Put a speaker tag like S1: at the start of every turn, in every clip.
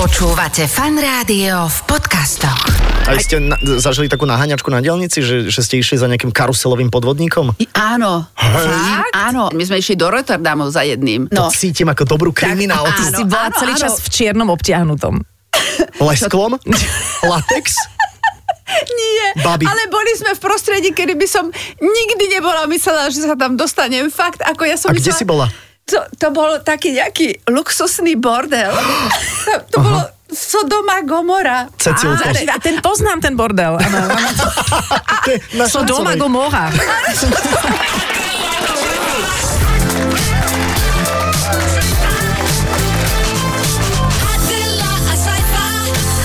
S1: Počúvate fan rádio v podcastoch.
S2: A ste na, zažili takú naháňačku na dielnici, že, že ste išli za nejakým karuselovým podvodníkom?
S3: I- Áno. Fakt? Áno. My sme išli do Rotterdamu za jedným.
S2: No. To cítim ako dobrú kriminálku.
S3: áno.
S4: si bola celý
S3: áno.
S4: čas v čiernom obtiahnutom.
S2: Lesklom? Latex?
S3: Nie,
S2: Babi.
S3: ale boli sme v prostredí, kedy by som nikdy nebola myslela, že sa tam dostanem. Fakt, ako ja
S2: A
S3: som
S2: kde
S3: myslela-
S2: si bola?
S3: To, to bol taký nejaký luxusný bordel. To- to bolo Sodoma Gomora.
S2: Cecilka.
S3: Ale-
S4: A ten poznám, ten bordel.
S2: To je na Švarcovej.
S4: Sodoma Gomora.
S5: Adela, a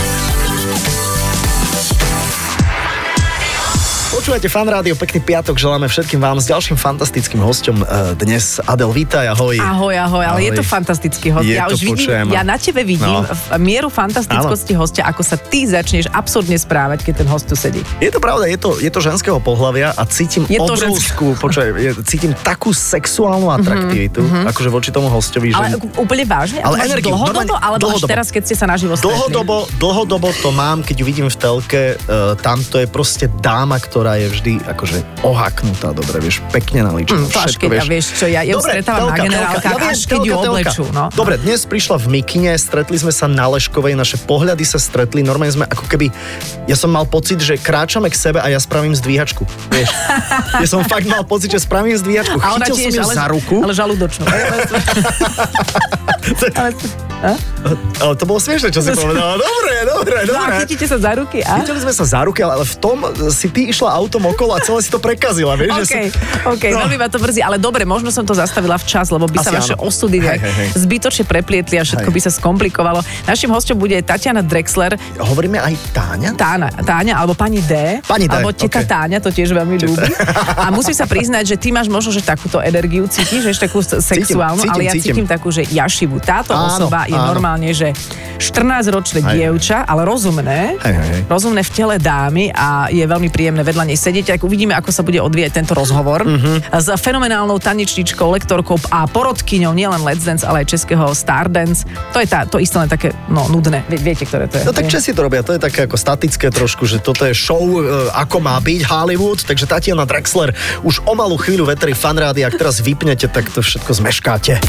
S2: Počúvate fan rádio, pekný piatok, želáme všetkým vám s ďalším fantastickým hostom e, dnes. Adel, vítaj, ahoj.
S4: Ahoj, ahoj, ale je to fantastický host.
S2: Je
S4: ja
S2: to,
S4: už vidím,
S2: počujem.
S4: ja na tebe vidím
S2: No.
S4: v mieru fantastickosti hostia, ako sa ty začneš absurdne správať, keď ten host tu sedí.
S2: Je to pravda, je to, je to ženského pohľavia a cítim
S4: Je to
S2: obrovskú, počkaj, je, cítim takú sexuálnu atraktivitu, akože voči tomu hostovi, že...
S4: Ale úplne vážne?
S2: Ale
S4: Ale máš
S2: energiu,
S4: dlhodobo,
S2: normálne,
S4: alebo až
S2: dlhodobo.
S4: teraz, keď ste sa naživo stretli?
S2: Dlhodobo, dlhodobo to mám, keď ju vidím v telke, uh, tam to je proste dáma, ktorá je vždy akože ohaknutá, dobre, vieš, pekne naličená,
S4: Mm, to až keď, ja vieš čo, ja, ja ju stretávam na generálkach, až keď ju oblečú. No.
S2: Dobre, dnes prišla v Mikine, stretli sme sa na Leškovej, naše pohľady sa stretli, normálne sme ako keby, ja som mal pocit, že kráčame k sebe a ja spravím zdvíhačku, vieš. ja som fakt mal pocit, že spravím zdvíhačku,
S4: A ona
S2: chytil
S4: tiež,
S2: som ju
S4: ale,
S2: za ruku.
S4: ale žalúdočnú. ale,
S2: Ale to bolo smiešne, čo si povedala. Dobre, dobre, dobre.
S4: No a chytíte sa za ruky a...
S2: Videli sme sa za ruky, ale v tom si ty išla autom okolo a celé si to prekazila, vieš? že
S4: OK,
S2: si...
S4: OK, no. veľmi ma to mrzí, ale dobre, možno som to zastavila včas, lebo by sa
S2: Asi
S4: vaše
S2: áno.
S4: osudy
S2: Hej,
S4: nejak
S2: hej, hej.
S4: zbytočne preplietli a všetko
S2: Hej.
S4: by sa skomplikovalo. Našim hosťom bude Tatiana Drexler,
S2: Hovoríme aj Táňa?
S4: Tána, Táňa, alebo pani D,
S2: Pani D,
S4: alebo teta
S2: OK.
S4: Táňa, to tiež veľmi ľúbi. A musím sa priznať, že ty máš možno, že takúto energiu cítiš, vieš, takú s- sexuálnu,
S2: cítim,
S4: ale ja
S2: cítim.
S4: cítim takú, že jašivu. Táto
S2: Áno,
S4: osoba je
S2: áno.
S4: normálne, že 14-ročné
S2: Hej.
S4: dievča, ale rozumné,
S2: Hej, hej, hej.
S4: rozumné v tele dámy a je veľmi príjemné vedľa nej sedieť. Tak uvidíme, ako sa bude odvíjať tento rozhovor
S2: Mhm.
S4: s fenomenálnou tanečničkou, lektorkou a porodkyňou nielen Let's Dance, ale aj českého Stardance. To je tá, to isté len také, no, nudné. Vie- Viete, ktoré to je.
S2: No tak
S4: Je-
S2: Česi to robia, to je také ako statické trošku, že toto je show, e, ako má byť Hollywood, takže Tatiana Drexler už o malú chvíľu vetri fanrády, ak teraz vypnete, tak to všetko zmeškáte.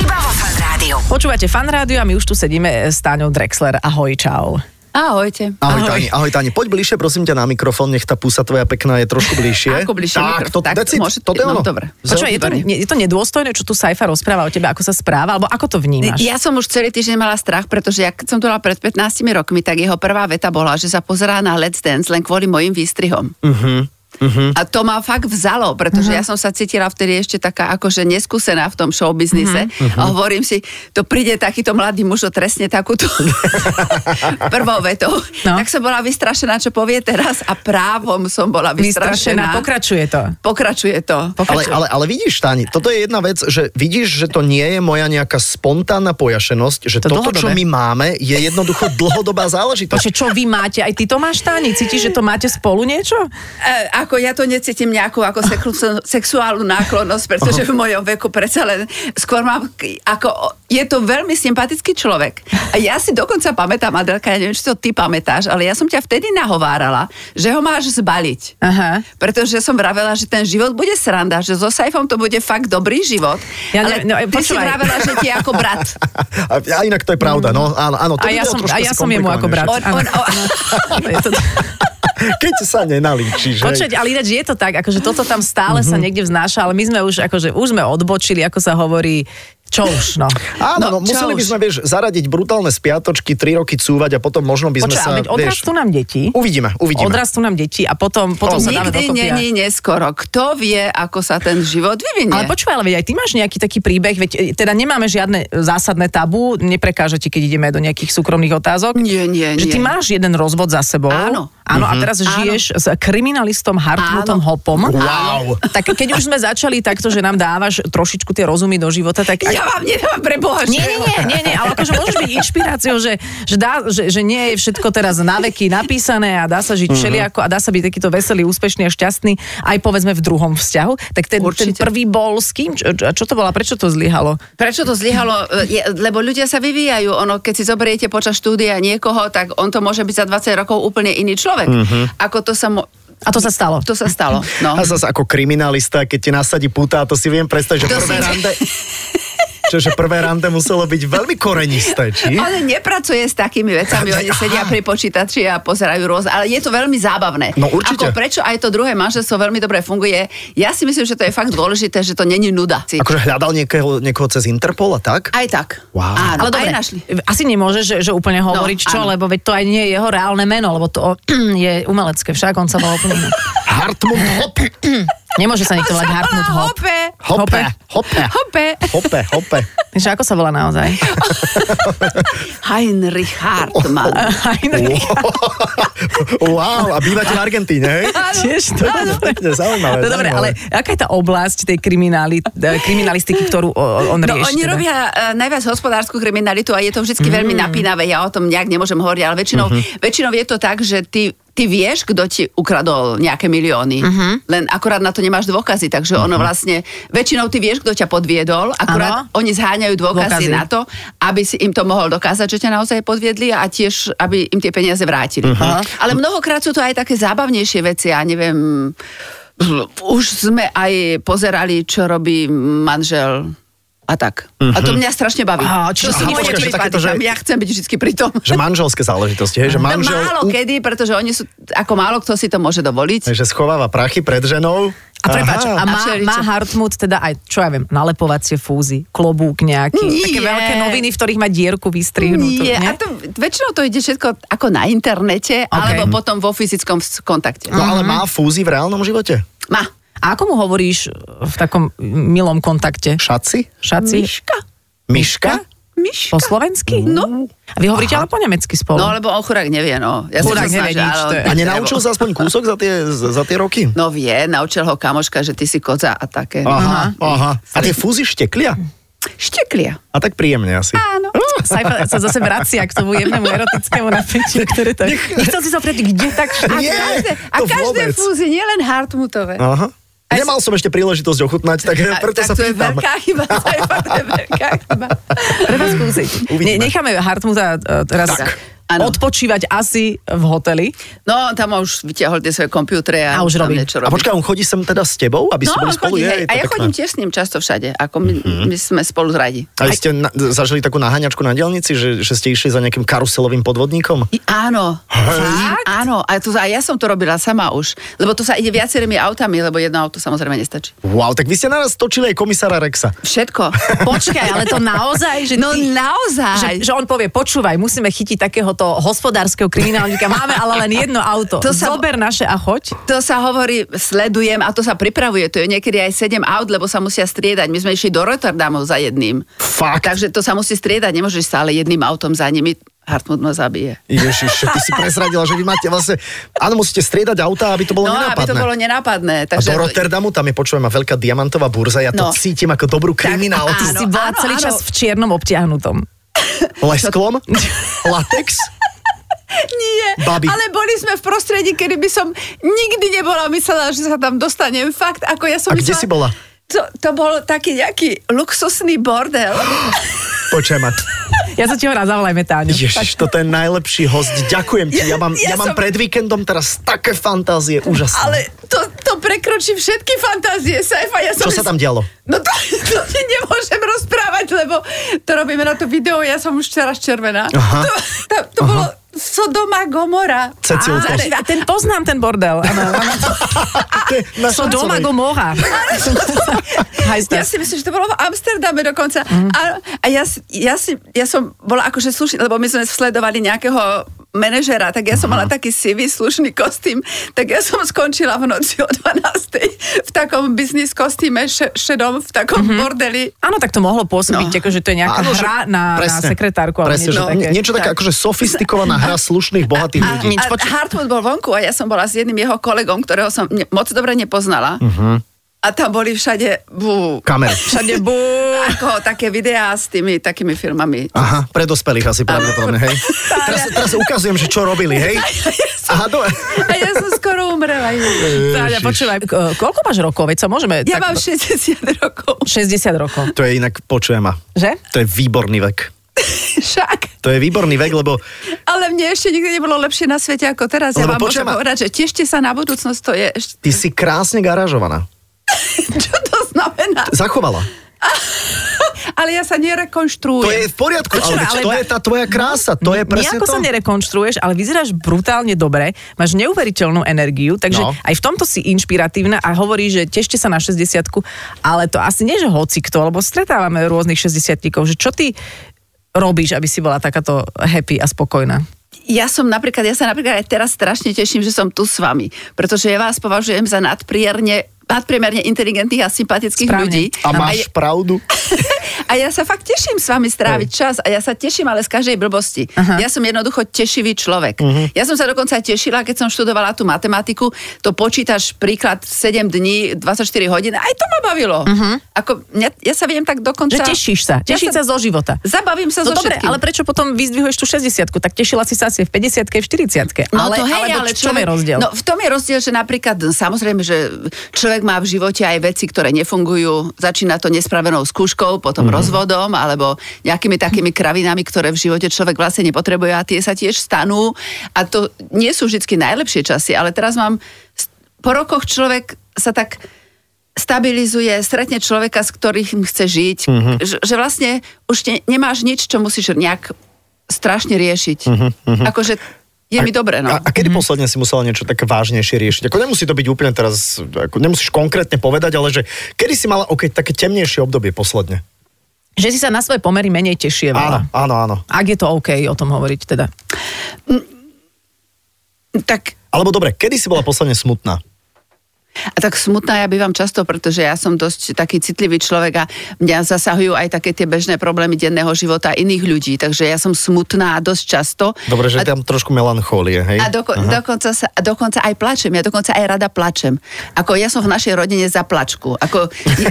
S1: Iba vo fan rádiu.
S4: Počúvate fan rádio a my už tu sedíme e, s Táňou Drexler. Ahoj, čau.
S2: Ahoj,
S3: Ahojte.
S4: Ahoj.
S2: Tani, ahoj Tani, poď bližšie prosím ťa na mikrofón, nech tá pusa tvoja pekná je trošku bližšie.
S3: Ako bližšie
S2: tak,
S3: mikrofón,
S2: to,
S3: tak,
S2: decid,
S3: môžete-
S2: toto je
S3: no,
S2: ono.
S3: dobre.
S4: Počúvaj, je to,
S2: Zelený
S4: je to nedôstojné, čo tu Saifa rozpráva o tebe, ako sa správa, alebo ako to vnímaš?
S3: Ja som už celý týždeň mala strach, pretože ja keď som tu bola pred 15 rokmi, tak jeho prvá veta bola, že sa pozerá na Let's Dance len kvôli mojim výstrihom. Uh-huh. A to ma fakt vzalo, pretože uh-huh. ja som sa cítila vtedy ešte taká akože neskúsená v tom showbiznise uh-huh. a hovorím si, to príde takýto mladý muž otresne takúto prvou vetou. No.
S4: No.
S3: Tak som bola vystrašená, čo povie teraz a právom som bola
S4: vystrašená.
S3: vystrašená.
S4: Pokračuje to.
S3: Pokračuje to.
S2: Ale, ale, ale vidíš, Táni, toto je jedna vec, že vidíš, že to nie je moja nejaká spontánna pojašenosť, že to
S4: To
S2: toto, čo
S4: dlhodobé.
S2: my máme, je jednoducho dlhodobá záležitosť.
S4: Počkaj, čo vy máte? Aj ty to máš, Táni? Cítiš, že to máte spolu niečo?
S2: No
S3: E, ako ja to necítim nejakú ako seklu- sexuálnu náklonnosť, pretože v mojom veku predsa len skôr mám, k- ako o- je to veľmi sympatický človek. A ja si dokonca pamätám, Adelka, ja neviem, či to ty pamätáš, ale ja som ťa vtedy nahovárala, že ho máš zbaliť.
S4: Aha.
S3: Pretože som vravela, že ten život bude sranda, že so Saifom to bude fakt dobrý život.
S4: Ja
S3: ale
S4: neviem, no, e,
S3: ty si
S4: počúvaj.
S3: vravela, že ti je ako brat.
S2: A, a inak to je pravda, no áno, áno to
S4: a
S2: by
S4: ja
S2: bolo
S4: som,
S2: trošku
S4: a ja som jemu ako brat.
S2: skomplikovanejšie.
S3: On- on- on-
S4: Áno. No, je to-
S2: Keď sa nenalíčiš, hej.
S4: Počkať, ale ináč je to tak, akože toto tam stále
S2: Mhm.
S4: sa niekde vznáša, ale my sme už, akože už sme odbočili, ako sa hovorí, čo už, no.
S2: Áno, no,
S3: No, čo
S2: museli by
S3: už?
S2: sme, vieš, zaradiť brutálne spiatočky, tri roky cúvať a potom možno by sme
S4: Počkaj,
S2: sa,
S4: ale veď
S2: vieš...
S4: odrastú nám deti.
S2: Uvidíme, uvidíme. No,
S4: Odrastú nám deti a potom, potom sa dáme
S3: Nikdy
S4: dokopy. a-
S3: není neskoro. Kto vie, ako sa ten život vyvinie?
S4: Ale počúvaj, ale veď aj ty máš nejaký taký príbeh, veď e, teda nemáme žiadne e, zásadné tabu, neprekáže ti, keď ideme do nejakých súkromných otázok.
S3: Nie, nie,
S4: Že
S3: nie.
S4: ty máš jeden rozvod za sebou.
S3: Áno. Mhm.
S4: Áno, a teraz žiješ s kriminalistom Hartmutom
S3: Áno.
S4: Hopom.
S2: Wow.
S4: Tak keď už sme začali takto, že nám dávaš trošičku tie rozumy do života, tak...
S3: Ja vám nedám pre Boha
S4: Nie, nie, nie, nie, nie, ale akože môžeš byť inšpiráciou, že, že, dá, že, že nie je všetko teraz na veky napísané a dá sa
S3: Mhm.
S4: žiť všelijako a dá sa byť takýto veselý, úspešný a šťastný aj povedzme v druhom vzťahu. Tak ten, ten
S3: Určite.
S4: prvý bol s kým? Čo, čo to bola? Prečo to zlyhalo?
S3: Prečo to zlyhalo? E, je- Lebo ľudia sa vyvíjajú. Ono, keď si zoberiete počas štúdia niekoho, tak on to môže byť za 20 rokov úplne iný človek. Ako to sa... Mo-
S4: A to sa stalo.
S3: to sa stalo. No.
S2: Mhm. A zase ako kriminalista, keď ti nasadí puta, to si viem predstaviť, že
S3: To
S2: prvé
S3: si-
S2: rande... Čože prvé rande muselo byť veľmi korenisté, či?
S3: Ale nepracuje s takými vecami, oni
S2: Aha.
S3: sedia pri počítači a pozerajú rôzne, ale je to veľmi zábavné.
S2: No, určite.
S3: Ako prečo aj to druhé manželstvo veľmi dobre funguje. Ja si myslím, že to je fakt dôležité, že to není nuda. Si-
S2: Akože hľadal niekoho, niekoho cez Interpol a tak?
S3: Aj tak.
S2: Wow.
S3: Áno,
S4: Ale
S3: ale
S4: dobre,
S3: aj našli.
S4: asi nemôže, že, že úplne hovoriť
S3: No,
S4: čo,
S3: áno.
S4: lebo veď to aj nie je jeho reálne meno, lebo to je umelecké, však on sa volá úplne inak.
S2: Hartmut Hop.
S4: Nemôže sa nikto volať Hartmut Hop.
S3: Hope.
S2: Hope. Hope.
S4: Hope.
S2: Hope, hope.
S4: Takže ako sa volá naozaj?
S3: Heinrich
S2: Oh,
S3: Hartmann.
S4: Heinrich.
S2: Wow, a bývate v Argentíne, hej?
S4: Tiež
S2: To je pekne, zaujímavé.
S4: No dobre, ale
S2: zaujímavé.
S4: aká je tá oblasť tej kriminály, eh, kriminalistiky, ktorú o, o- on
S3: No
S4: rieši?
S3: oni
S4: teda? Mm.
S3: robia uh, najviac hospodárskú kriminalitu a je to vždy veľmi napínavé. Ja o tom nejak nemôžem hovoriť, ale väčšinou,
S4: Mhm.
S3: väčšinou je to tak, že ty ty vieš, kto ti ukradol nejaké milióny,
S4: Mhm.
S3: len akorát na to nemáš dôkazy, takže ono vlastne, väčšinou ty vieš, kto ťa podviedol, akorát
S4: Áno.
S3: oni zháňajú dôkazy,
S4: Dôkazy.
S3: na to, aby si im to mohol dokázať, že ťa naozaj podviedli a tiež, aby im tie peniaze vrátili.
S2: Mhm.
S3: Ale mnohokrát sú to aj také zábavnejšie veci, ja neviem, už sme aj pozerali, čo robí manžel a tak.
S2: Mhm.
S3: A to mňa strašne baví.
S4: Á,
S3: to
S4: čiže
S3: sú
S2: aha,
S3: moje
S2: počkaj, že
S3: prípady,
S2: takéto, že-
S3: tam ja chcem byť vždy pri tom. No,
S2: Že manželské záležitosti, hej? Že manžel...
S3: Málo
S2: u-
S3: kedy, pretože oni sú, ako málo kto si to môže dovoliť.
S2: Že schováva prachy pred ženou.
S4: A prepáč,
S2: Aha.
S4: a má,
S3: A všeličo.
S4: má Hartmut teda aj, čo ja viem, nalepovacie fúzy, klobúk nejaký,
S3: Nie.
S4: také veľké noviny, v ktorých má dierku vystrihnutú.
S3: Nie,
S4: nie?
S3: a to, väčšinou to ide všetko ako na internete, alebo potom vo fyzickom s- kontakte.
S2: No ale má fúzi v reálnom živote?
S3: Má.
S4: A ako mu hovoríš v takom milom kontakte?
S2: Šaci?
S4: Šaci?
S3: Myška.
S2: Myška?
S3: Myška.
S4: Po slovensky?
S3: No.
S4: A vy hovoríte ale po nemecky spolu?
S3: No, lebo on chudák nevie, no. Ja som sa
S4: Chudák Hm. nevie
S3: snažila,
S4: nič,
S3: ale on
S4: to je-
S2: A
S3: nevie,
S2: nenaučil
S3: lebo-
S2: sa aspoň kúsok za tie, za tie roky?
S3: No vie, naučil ho kamoška, že ty si koza a také.
S2: Aha, aha. A tie fúzy šteklia?
S3: Šteklia.
S2: A tak príjemne asi.
S3: Áno.
S4: Saifa sa zase vracia k tomu jemnému erotickému napätiu, ktoré to je. Nechcel si sa opýtať, kde tak
S3: A
S2: Nie,
S3: každé, a
S2: to
S3: každé
S2: vôbec.
S3: fúzi, nielen Hartmutové.
S2: Aha.
S3: Aj
S2: Nemal som ešte príležitosť ochutnať, tak
S3: A-
S2: preto
S3: tak
S2: sa
S3: to je
S2: pýtam.
S3: veľká chyba, to je fakt to je veľká chyba.
S4: Treba skúsiť. Ne,
S2: Uvidíme.
S4: necháme Hartmuta e, teraz
S3: Tak.
S4: Áno.
S3: Áno.
S4: odpočívať asi v hoteli.
S3: No, tam už vyťahol tie svoje kompiútre a,
S4: A už
S3: tam
S4: robí.
S3: niečo
S2: A
S3: robí.
S2: počkaj, on chodí sem teda s tebou, aby ste boli
S3: No, on
S2: spolu?
S3: chodí,
S2: Jej,
S3: hej,
S2: to
S3: a ja
S2: pekné. Mhm.
S3: chodím tiež s ním často všade, ako my, my sme spolu radi.
S2: A vy ste na, zažili takú naháňačku na dielnici, že, že ste išli za nejakým karuselovým podvodníkom?
S3: I, áno, Fakt? áno, a, to, a ja som to robila sama už, lebo to sa ide viacerými autami, lebo jedno auto samozrejme nestačí.
S2: Wow, tak vy ste naraz točili aj komisára Rexa.
S3: Všetko.
S4: Počkaj, ale to naozaj, že
S3: No
S4: ty,
S3: naozaj.
S4: Že, že on povie, počúvaj, musíme chytiť takéhoto hospodárskeho kriminálnika, máme ale len jedno auto.
S3: To
S4: To sa...
S3: sa-
S4: Zober naše a choď.
S3: To sa hovorí, sledujem a to sa pripravuje. To je niekedy aj 7 aut, lebo sa musia striedať. My sme išli do Rotterdamu za jedným.
S2: Fakt.
S3: Takže to sa musí striedať, nemôžeš stále jedným autom za nimi. Hartmut ma zabije.
S2: Ježiš, ty si prezradila, že vy máte vlastne... Áno, musíte striedať auta, aby to bolo
S3: No,
S2: nenápadné.
S3: aby to bolo nenápadné.
S2: A
S3: Takže
S2: do Rotterdamu, tam je počujem, má veľká diamantová burza, ja to
S3: No.
S2: cítim ako dobrú kriminál.
S4: Ty
S3: Áno,
S4: si bola
S3: áno,
S4: celý
S3: áno.
S4: čas v čiernom obtiahnutom.
S2: Lesklom? Latex?
S3: Nie,
S2: Babi.
S3: ale boli sme v prostredí, kedy by som nikdy nebola myslela, že sa tam dostanem. Fakt, ako ja som
S2: A kde
S3: myslela...
S2: si bola?
S3: To, to bol taký nejaký luxusný bordel.
S2: Počujem ma.
S4: Ja sa ti ho raz zavolajme, Táňu.
S2: Ježiš, toto je najlepší host. Ďakujem ti. Ja mám, ja,
S3: Ja- ja
S2: mám
S3: som-
S2: pred víkendom teraz také fantázie. Úžasné.
S3: Ale to, to prekročí všetky fantázie, Saifa. Ja som
S2: Čo sa tam dialo?
S3: No to, to ti nemôžem rozprávať, lebo to robíme na to video, ja som už teraz červená.
S2: Aha.
S3: To, to, to bolo Sodoma Gomora.
S2: Cecilko.
S3: Ale-
S4: A ten poznám ten bordel.
S2: To je na Švarcovej.
S4: Sodoma Gomora.
S3: Ja si myslím, že to bolo v Amsterdame dokonca. A, a ja, si- ja, si, ja som bola akože slušná, lebo my sme sledovali nejakého manažera, tak ja som mala taký sivý, slušný kostým, tak ja som skončila v noci o 12. v takom biznis kostýme še- šedom, v takom bordeli.
S4: Áno, tak to mohlo pôsobiť, no. ako, že to je nejaká
S2: Áno, že-
S4: Áno, hra na, na
S2: presne,
S4: sekretárku. Ale
S2: presne,
S4: niečo
S2: že
S4: také.
S2: nie- niečo také
S3: Tak.
S2: akože sofistikovaná hra slušných, bohatých ľudí.
S4: Nič,
S3: A, a
S4: počkaj.
S3: Hartmut bol vonku a ja som bola s jedným jeho kolegom, ktorého som ne- moc dobre nepoznala.
S2: Mhm.
S3: Uh-huh. A tam boli všade bú,
S2: Kamer.
S4: Všade bú.
S3: ako také videá s tými takými firmami.
S2: Aha, pre dospelých asi pravdepodobne, hej. Teraz, teraz ukazujem, že čo robili, hej. Aha, dobre.
S3: A ja som skoro umrela. Julia.
S4: Táňa, počúvaj, k- koľko máš rokov? Veď sa môžeme...
S3: Ja
S2: no.
S3: mám 60 rokov.
S4: 60 rokov.
S2: To je inak, počujem ma.
S4: Že?
S2: To je výborný vek.
S3: Však.
S2: To je výborný vek, lebo
S3: Ale mne ešte nikdy nebolo lepšie na svete ako teraz. Ja
S2: Lebo
S3: vám môžem
S2: počujem ma.
S3: povedať, že tešte sa na budúcnosť, to je... eš-
S2: ty si krásne garážovaná.
S3: Čo to znamená?
S2: Zachovala.
S3: Ale ja sa
S2: To
S3: nerekonštruujem.
S2: je v poriadku, ale,
S4: Počúvaj,
S2: veď
S4: ale
S2: to
S4: ba-
S2: je tá tvoja krása, to je presne
S4: Nejako
S2: to.
S4: sa nerekonštruuješ, ale vyzeráš brutálne dobre, máš neuveriteľnú energiu, takže
S2: No.
S4: no. aj v tomto si inšpiratívna a hovorí, že tešte sa na 60 ale to asi nie, že hoci kto, lebo stretávame rôznych 60 že čo ty robíš, aby si bola takáto happy a spokojná?
S3: Ja som napríklad, ja sa napríklad aj teraz strašne teším, že som tu s vami, pretože ja vás považujem za nadprierne nadpriemerne inteligentných a sympatických
S4: Správne.
S3: ľudí.
S2: A máš pravdu.
S3: A ja sa fakt teším s vami stráviť čas a ja sa teším ale z každej blbosti.
S4: Aha.
S3: Ja som jednoducho tešivý človek. Ja som sa dokonca tešila, keď som študovala tú matematiku, to počítaš príklad 7 dní, 24 hodín, aj to ma bavilo. Ako, ja, ja sa viem tak
S4: Mhm. Že
S3: dokonca...
S4: tešíš sa, tešíš sa zo života.
S3: Zabavím sa
S4: No
S3: zo
S4: dobre,
S3: všetkým.
S4: ale prečo potom vyzdvihuješ tú 60 tak tešila si sa asi v 50 v 40
S3: No
S4: ale,
S3: to hej,
S4: alebo
S3: ale
S4: čo je rozdiel?
S3: No v tom je rozdiel, že napríklad, samozrejme, že človek má v živote aj veci, ktoré nefungujú. Začína to nespravenou skúškou, potom
S4: Mhm.
S3: rozvodom, alebo nejakými takými kravinami, ktoré v živote človek vlastne nepotrebuje a tie sa tiež stanú. A to nie sú vždy najlepšie časy, ale teraz mám, po rokoch človek sa tak stabilizuje, stretne človeka, s ktorým chce žiť,
S2: Mhm.
S3: že, že vlastne už ne, nemáš nič, čo musíš nejak strašne riešiť. Akože je mi dobre, no.
S2: Mhm, A, a kedy posledne si musela niečo také vážnejšie riešiť? Ako nemusí to byť úplne teraz, ako nemusíš konkrétne povedať, ale že kedy si mala okay, také temnejšie obdobie posledne?
S4: Že si sa na svoje pomery menej
S2: Áno,
S4: tešievala.
S2: áno, áno.
S4: Ak je to OK o tom hovoriť teda.
S3: Tak,
S2: Alebo dobre, kedy si bola posledne smutná?
S3: a tak smutná ja bývam často, pretože ja som dosť taký citlivý človek a mňa zasahujú aj také tie bežné problémy denného života iných ľudí, takže ja som smutná dosť často.
S2: Dobre, že Mhm.
S3: a,
S2: tam trošku melancholie, hej?
S3: a doko, dokonca, sa, a dokonca aj plačem, ja dokonca aj rada plačem. Ako ja som v našej rodine za plačku. Ako,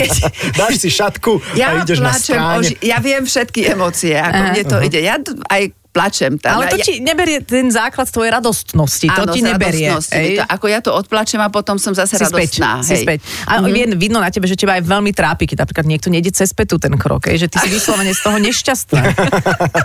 S3: keď,
S2: Dáš si šatku a
S3: Ja
S2: ideš na
S3: plačem, o
S2: stráne.
S3: ži- ja viem všetky emócie, ako
S4: Aha.
S3: mne to ide. Ja d- aj plačem. Tam,
S4: Ale to
S3: ja,
S4: ti neberie ten základ tvojej radostnosti.
S3: áno,
S4: to
S3: s
S4: ti neberie.
S3: radostnosti mi To, ako ja to odplačem a potom som zase
S4: si späť,
S3: radostná.
S4: si
S3: hej. Mhm.
S4: späť. A mm-hmm. vidno na tebe, že teba aj veľmi trápi, keď napríklad niekto nejde cez petu ten krok, hej, že ty si vyslovene z toho nešťastná.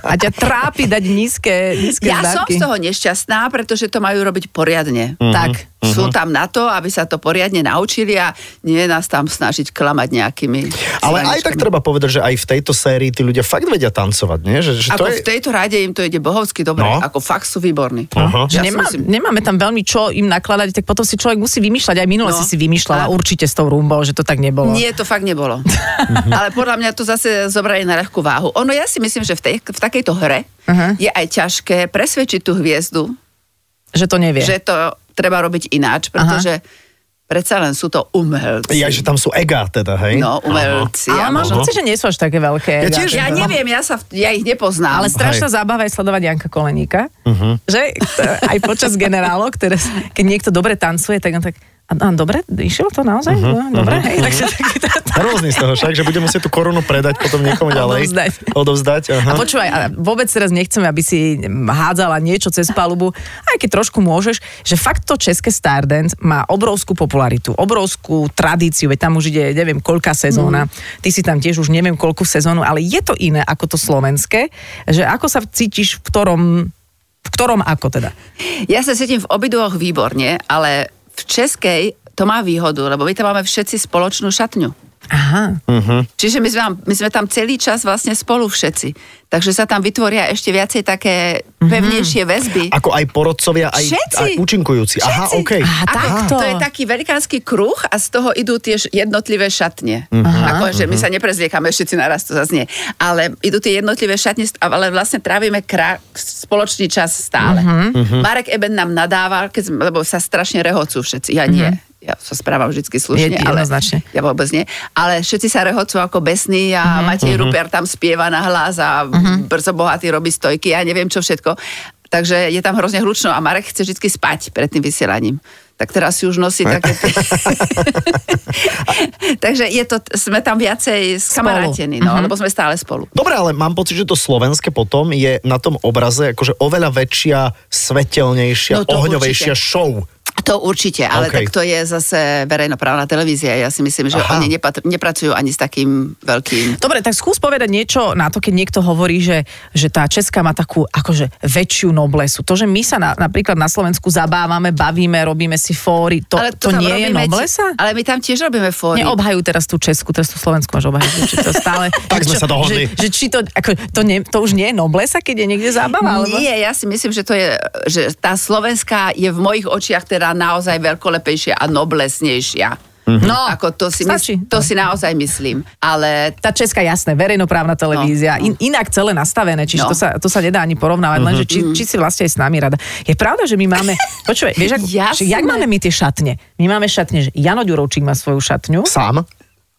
S4: A ťa trápi dať nízke, nízke
S3: Ja som
S4: zdávky.
S3: z toho nešťastná, pretože to majú robiť poriadne.
S2: Mhm.
S4: Tak.
S3: Sú tam na to, aby sa to poriadne naučili a nie nás tam snažiť klamať nejakými...
S2: Ale aj tak
S3: slaničkami.
S2: treba povedať, že aj v tejto sérii tí ľudia fakt vedia tancovať, nie? Že, že to
S3: Ako
S2: je...
S3: v tejto rade im to ide bohovsky dobre.
S2: No.
S3: Ako fakt sú výborní.
S2: Aha.
S4: Že
S3: Ja si
S4: nemá,
S3: myslím-
S4: nemáme tam veľmi čo im nakladať, tak potom si človek musí vymýšľať. Aj
S3: No.
S4: minule si si vymýšľala určite s tou rumbou, že to tak nebolo. Mhm.
S3: Nie, to fakt nebolo. Ale podľa mňa to zase zobrali na ľahkú váhu. Ono, ja si myslím, že v, tej, v takejto hre
S4: Aha.
S3: je aj ťažké presvedčiť tú hviezdu,
S4: Že to nevie.
S3: že to treba robiť ináč, pretože predsa len sú to umelci.
S2: Ja, že tam sú ega teda, hej?
S3: No, umelci.
S4: Ale
S3: áno.
S4: mám pocit, že nie sú až také veľké.
S2: Ja
S4: dá-
S2: tiež
S3: Ja neviem, ja, sa, v- ja ich nepoznám.
S4: Ale strašná zábava je sledovať Janka Koleníka, uh-huh. že T- aj počas generálov, ktoré, s- keď niekto dobre tancuje, tak on tak, a, a dobre, išlo to naozaj? Uh-huh. Dobre, uh-huh. hej, takže taký tá, tá,
S2: Hrozný z toho však, že bude musieť tú korunu predať potom niekomu ďalej.
S4: Odovzdať.
S2: Odovzdať, aha.
S4: A počúvaj, a vôbec teraz nechcem, aby si hádzala niečo cez palubu, aj keď trošku môžeš, že fakt to české Stardance má obrovskú popularitu, obrovskú tradíciu, veď tam už ide neviem koľká sezóna, ty si tam tiež už neviem koľkú sezónu, ale je to iné ako to slovenské, že ako sa cítiš v ktorom, v ktorom ako teda?
S3: Ja sa cítim v obidvoch výborne, ale v českej to má výhodu, lebo my tam máme všetci spoločnú šatňu.
S4: Aha.
S3: Čiže my sme, tam- my sme tam celý čas vlastne spolu všetci. Takže sa tam vytvoria ešte viacej také pevnejšie väzby.
S2: Ako aj porodcovia, aj,
S3: Všetci.
S2: aj účinkujúci. Aha,
S3: Všetci.
S2: OK.
S4: Aha,
S3: A
S4: takto.
S3: to je taký velikánsky kruh a z toho idú tie š- jednotlivé šatne. Ako, že my sa neprezliekame všetci naraz, to zase nie. Ale idú tie jednotlivé šatne, st- ale vlastne trávime krá- spoločný čas stále. Marek Eben nám nadával, keď, sme- lebo sa strašne rehocú všetci. Ja nie. Ja sa správam vždy slušne,
S4: Je-
S3: ale
S4: jednoznačne.
S3: ja vôbec nie. Ale všetci sa rehocú ako besní a Matej Ruper tam spieva na hlas a brzo bohatý robí stojky a neviem čo všetko. Takže je tam hrozne hlučno a Marek chce vždy spať pred tým vysielaním. Tak teraz si už nosí také... Takže je to, sme tam viacej skamarátení, no, lebo sme stále spolu.
S2: Dobre, ale mám pocit, že to slovenské potom je na tom obraze akože oveľa väčšia, svetelnejšia,
S3: No to
S2: ohňovejšia
S3: určite.
S2: show.
S3: To určite,
S2: OK.
S3: ale tak to je zase verejnoprávna televízia. Ja si myslím, že
S2: Aha.
S3: oni nepatr- nepracujú ani s takým veľkým...
S4: Dobre, tak skús povedať niečo na to, keď niekto hovorí, že, že tá Česká má takú akože väčšiu noblesu. To, že my sa na, napríklad na Slovensku zabávame, bavíme, robíme si fóry, to, to,
S3: tam
S4: nie
S3: robíme
S4: je
S3: ti-
S4: noblesa?
S3: Ale my tam tiež robíme fóry.
S4: Neobhajú teraz tú Česku, teraz tú Slovensku máš obhajiť. Či to stále,
S2: Tak sme
S4: čo-
S2: sa dohodli.
S4: Že, že či to, ako, to, nie, to už nie je noblesa, keď je niekde zábava? Alebo...
S3: Nie, ja si myslím, že to je, že tá slovenská je v mojich očiach teda naozaj veľkolepejšia a noblesnejšia. No, ako to si,
S4: stačí.
S3: mys- to si naozaj myslím. Ale
S4: Tá Česká, jasné, verejnoprávna televízia,
S3: No,
S4: in, inak celé nastavené, čiže
S3: No.
S4: to, sa, to sa nedá ani porovnávať, lenže či, či si vlastne aj s nami rada. Je pravda, že my máme, počuj, vieš, ako,
S3: Jasné.
S4: že jak máme my tie šatne? My máme šatne, že Jano Ďurovčík má svoju šatňu.
S2: Sám?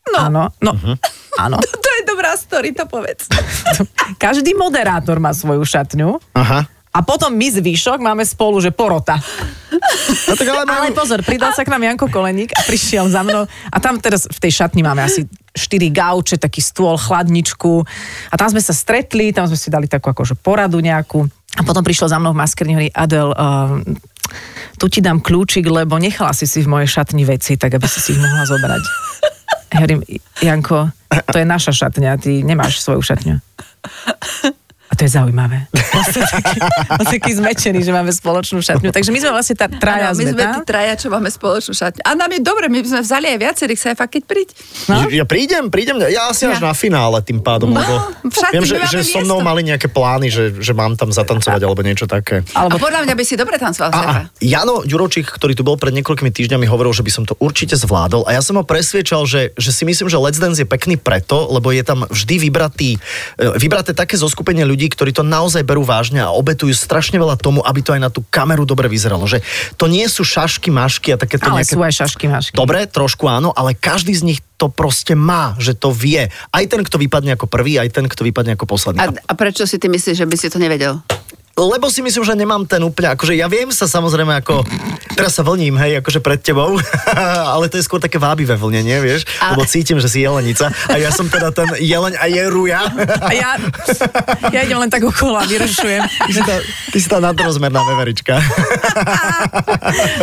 S4: No. Áno, no, áno.
S3: to je dobrá story, to povedz.
S4: Každý moderátor má svoju šatňu.
S2: Aha.
S4: A potom my zvyšok máme spolu, že porota.
S2: No, tak ale mám...
S4: Ale pozor, pridal sa k nám Janko Koleník a prišiel za mnou. A tam teraz v tej šatni máme asi 4 gauče, taký stôl, chladničku. A tam sme sa stretli, tam sme si dali takú akože poradu nejakú. A potom prišiel za mnou v maskerni hovorí, Adel, uh, tu ti dám kľúčik, lebo nechala si si v mojej šatni veci, tak aby si si ich mohla zobrať. Ja hovorím, Janko, to je naša šatňa, ty nemáš svoju šatňu. A to je zaujímavé. Vlastne taký, vlastne taký zmečený, že máme spoločnú šatňu. Takže my sme vlastne tá
S3: Áno,
S4: traja
S3: my sme
S4: tá?
S3: tí traja, čo máme spoločnú šatňu. A nám je dobre, my by sme vzali aj viacerých, sa aj fakt keď príď.
S2: No? Ja prídem, prídem, ja asi až na
S3: Ja.
S2: finále tým pádom, lebo
S3: No. však
S2: viem,
S3: my
S2: že,
S3: máme
S2: že so mnou
S3: miesto.
S2: mali nejaké plány, že, že mám tam zatancovať alebo niečo také.
S3: Alebo...
S4: Alebo-
S3: A podľa mňa by si dobre tancoval, Zefa.
S2: A, a Jano Ďuročík, ktorý tu bol pred niekoľkými týždňami, hovoril, že by som to určite zvládol a ja som ho presviečal, že, že si myslím, že Let's Dance je pekný preto, lebo je tam vždy vybratý, e, vybraté také zoskupenie ľudí, ktorí to naozaj berú vážne a obetujú strašne veľa tomu, aby to aj na tú kameru dobre vyzeralo. Že to nie sú šašky, mašky a takéto
S4: Ale
S2: nejaké...
S4: sú aj šašky mašky.
S2: Dobre, trošku áno, ale každý z nich to proste má, že to vie. Aj ten, kto vypadne ako prvý, aj ten, kto vypadne ako posledný.
S3: A,
S2: A
S3: a prečo si ty myslíš, že by si to nevedel?
S2: lebo si myslím, že nemám ten úplne, akože ja viem sa samozrejme ako, teraz sa vlním, hej, akože pred tebou, ale to je skôr také vábivé vlnenie, vieš,
S3: Ale-
S2: lebo cítim, že si jelenica a ja som teda ten jeleň a jeruja.
S4: A ja, ja idem len tak okolo a vyrušujem.
S2: Ty si tá- Ty si tá nadrozmerná veverička.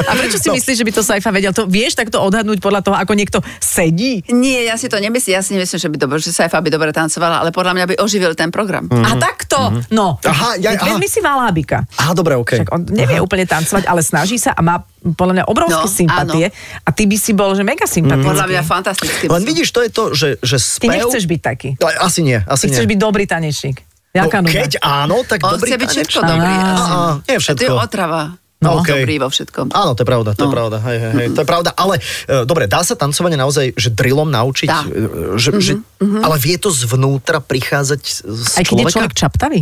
S4: A prečo si
S2: No.
S4: myslíš, že by to Saifa vedel? To vieš takto odhadnúť podľa toho, ako niekto sedí?
S3: Nie, ja si to nemyslím, ja si nemyslím, že by dobre, že Saifa by dobre tancovala, ale podľa mňa by oživil ten program.
S4: A takto, no.
S2: Mhm. Aha, ja-
S4: Veď
S2: aha.
S4: Vezmi si Valábika.
S2: Aha, dobre, okej.
S4: Však on nevie úplne tancovať, ale snaží sa a má podľa mňa obrovské
S3: No,
S4: sympatie. A ty by si bol, že mega sympatický.
S3: Podľa mňa E fantastický.
S2: Len vidíš, to je to, že, že
S4: Ty
S2: spev...
S4: nechceš byť taký.
S2: Ale Asi nie, asi
S4: Ty chceš
S2: nie.
S4: byť dobrý tanečník.
S2: no,
S4: Jaká nuda.
S2: keď áno, tak
S3: On
S2: dobrý
S3: chce byť
S2: tanečník.
S3: všetko dobrý.
S4: Á,
S3: asi.
S2: á, nie
S3: A To je
S2: všetko.
S3: otrava.
S2: No,
S3: No,
S2: okej.
S3: Dobrý vo všetkom.
S2: Áno, to je pravda, to je
S3: No.
S2: pravda. Hej, hej, hej, to je pravda, ale e, dobre, dá sa tancovanie naozaj, že drillom naučiť,
S3: Dá. Mhm,
S2: e, že, že, ale vie to zvnútra prichádzať z z
S4: Aj keď je
S2: človeka?
S4: človek čaptavý.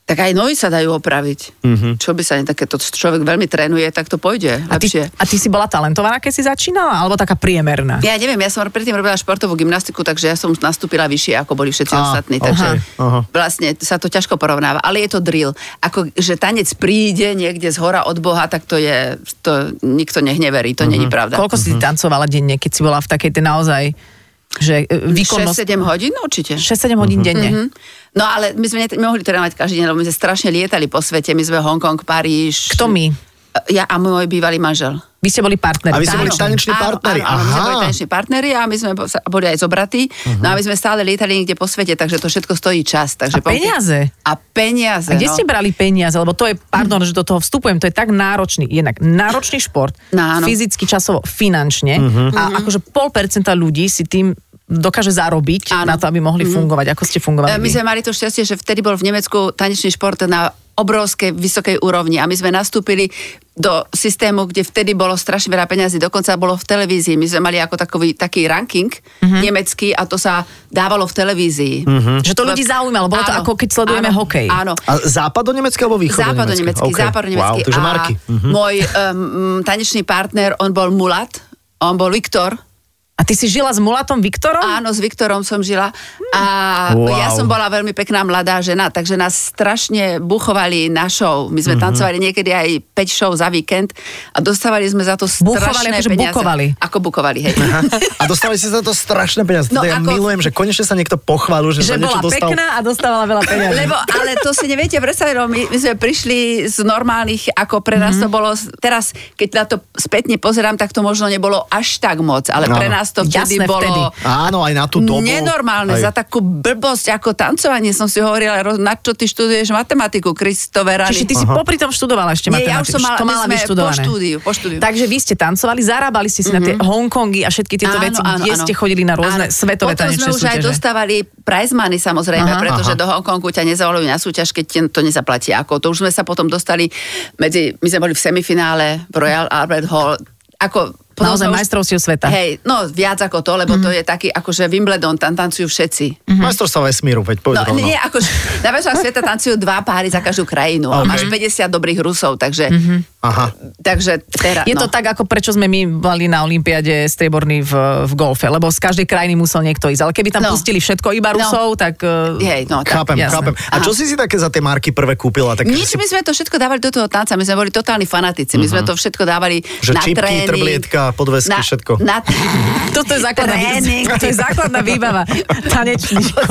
S3: Tak aj nohy sa dajú opraviť. Čo by sa ne také, to človek veľmi trénuje, tak to pôjde
S4: Mhm. A ty,
S3: lepšie.
S4: a ty si bola talentovaná, keď si začínala? Alebo taká priemerná?
S3: Ja neviem, ja som predtým robila športovú gymnastiku, takže ja som nastúpila vyššie, ako boli všetci
S2: Á, aha,
S3: ostatní. Takže
S2: aha.
S3: vlastne sa to ťažko porovnáva. Ale je to drill. Ako, že tanec príde niekde z hora od Boha, tak to je, to nikto nech neverí, to není pravda.
S4: Mhm. Koľko
S2: Mhm.
S4: si ty tancovala denne, keď si bola v takej tej naozaj že e, výkonnosť?
S3: 6-7 hodín určite.
S4: 6-7 hodín denne.
S3: Mhm. No ale my sme nemohli trénovať každý deň, lebo my sme strašne lietali po svete. My sme Hongkong, Paríž. E,
S4: Kto my?
S3: Ja a môj bývalý manžel.
S4: Vy ste boli
S2: A
S4: partneri.
S2: vy ste
S4: Áno.
S2: boli taneční partneri,
S3: Áno, áno, my sme
S2: aha.
S3: boli taneční partneri a my sme bo- sa- boli aj zobratí. No a my sme stále lietali niekde po svete, takže to všetko stojí čas. Takže
S4: A peniaze.
S3: A peniaze.
S4: A kde
S3: no.
S4: ste brali peniaze? Lebo to je, pardon, že do toho vstupujem, to je tak náročný, jednak náročný šport,
S3: No,
S2: Mhm.
S3: áno. Mhm.
S4: fyzicky, časovo, finančne a akože pol percenta ľudí si tým dokáže zarobiť
S3: Áno. Mhm.
S4: na to, aby mohli fungovať. Ako ste fungovali?
S3: E, My
S4: vy?
S3: sme mali to šťastie, že vtedy bol v Nemecku tanečný šport na obrovskej, vysokej úrovni a my sme nastúpili do systému, kde vtedy bolo strašne veľa peňazí, dokonca bolo v televízii. My sme mali ako takový, taký ranking
S2: Mhm.
S3: nemecký a to sa dávalo v televízii.
S4: Že to ľudí zaujímalo, bolo to ako keď sledujeme
S3: áno,
S4: hokej.
S3: Áno.
S2: A západonemecký alebo východonemecký?
S3: Západonemecký,
S2: Ok.
S3: západonemecký.
S2: Wow, takže Marky. Mhm.
S3: A môj um, tanečný partner, on bol Mulat, on bol Viktor.
S4: A ty si žila s mulatom Viktorom?
S3: Áno, s Viktorom som žila a
S2: Wow.
S3: ja som bola veľmi pekná mladá žena, takže nás strašne buchovali na show. My
S2: Mhm.
S3: sme tancovali niekedy aj 5 show za víkend a dostávali sme za to
S4: Buchovali,
S3: strašné
S4: akože
S3: peniaze.
S4: bukovali.
S3: Ako bukovali, hej.
S2: A dostali ste za to strašné peniaze. No,
S3: No
S2: ja
S3: ako-
S2: milujem, že konečne sa niekto pochválil, že, za
S4: že
S2: niečo
S4: bola
S2: dostal.
S4: pekná a dostávala veľa peniazy.
S3: Lebo, ale to si neviete predstaviť, lebo my, my sme prišli z normálnych, ako pre nás mm-hmm. to
S2: Mhm.
S3: bolo, teraz, keď na to spätne pozerám, tak to možno nebolo až tak moc, ale pre
S2: Áno.
S3: nás to vtedy
S4: Jasné,
S3: bolo...
S4: vtedy.
S2: Áno, aj na tú dobu. Aj.
S3: Nenormálne, za takú blbosť ako tancovanie som si hovorila, roz- na čo ty študuješ matematiku, Kristoverani.
S4: Čiže ty si
S2: Aha.
S4: popri tom študovala ešte
S3: Nie, ja
S4: matematiku.
S3: už som mala,
S4: to
S3: my
S4: mala
S3: sme po
S4: vyštudované.
S3: štúdiu, po štúdiu. Mhm.
S4: Takže vy ste tancovali, zarábali ste si na tie Hongkongy a všetky tieto veci, kde ste chodili na rôzne svetové
S3: Potom
S4: tanečné
S3: sme už aj
S4: súťaže.
S3: dostávali prize money samozrejme, aha,
S4: Aha.
S2: Aha.
S3: pretože aha. do Hongkongu ťa nezavolujú na súťaž, keď ti to nezaplatí. Ako, to už sme sa potom dostali medzi, my sme boli v semifinále v Royal Albert Hall. Ako, potom
S4: Naozaj
S3: sme už-
S4: majstrovstiev sveta. Mhm.
S3: Hej, no viac ako to, lebo to je taký, akože Wimbledon, tam tancujú všetci.
S2: Mhm. Majstrovstvá vesmíru, veď povedz
S3: Mhm. No,
S2: rovno.
S3: nie, akože na väčšom sveta tancujú dva páry za každú krajinu a
S2: Okay.
S3: máš 50 dobrých Rusov, takže,
S2: Aha.
S3: takže teraz,
S4: Mhm. Je
S3: no.
S4: to tak, ako prečo sme my mali na Olympiade strieborný v, v golfe, lebo z každej krajiny musel niekto ísť. Ale keby tam
S3: No.
S4: pustili všetko,
S3: No.
S4: iba Rusov, tak...
S3: Hej,
S4: eh,
S3: no, tak.
S2: Chápem,
S4: jasné.
S2: chápem. A čo si si také za tie marky prvé kúpila? Tak si...
S3: Nič, my sme to všetko dávali do toho tanca, my sme boli totálni fanatici, my
S4: Mhm.
S3: sme to všetko dávali
S2: Že
S3: na
S2: čipky,
S3: tréning.
S2: trblietka, podvesky,
S3: na,
S2: všetko.
S3: Na,
S4: Toto je základná,
S3: Tréning.
S4: výzva, to je základná výbava tanečníčko.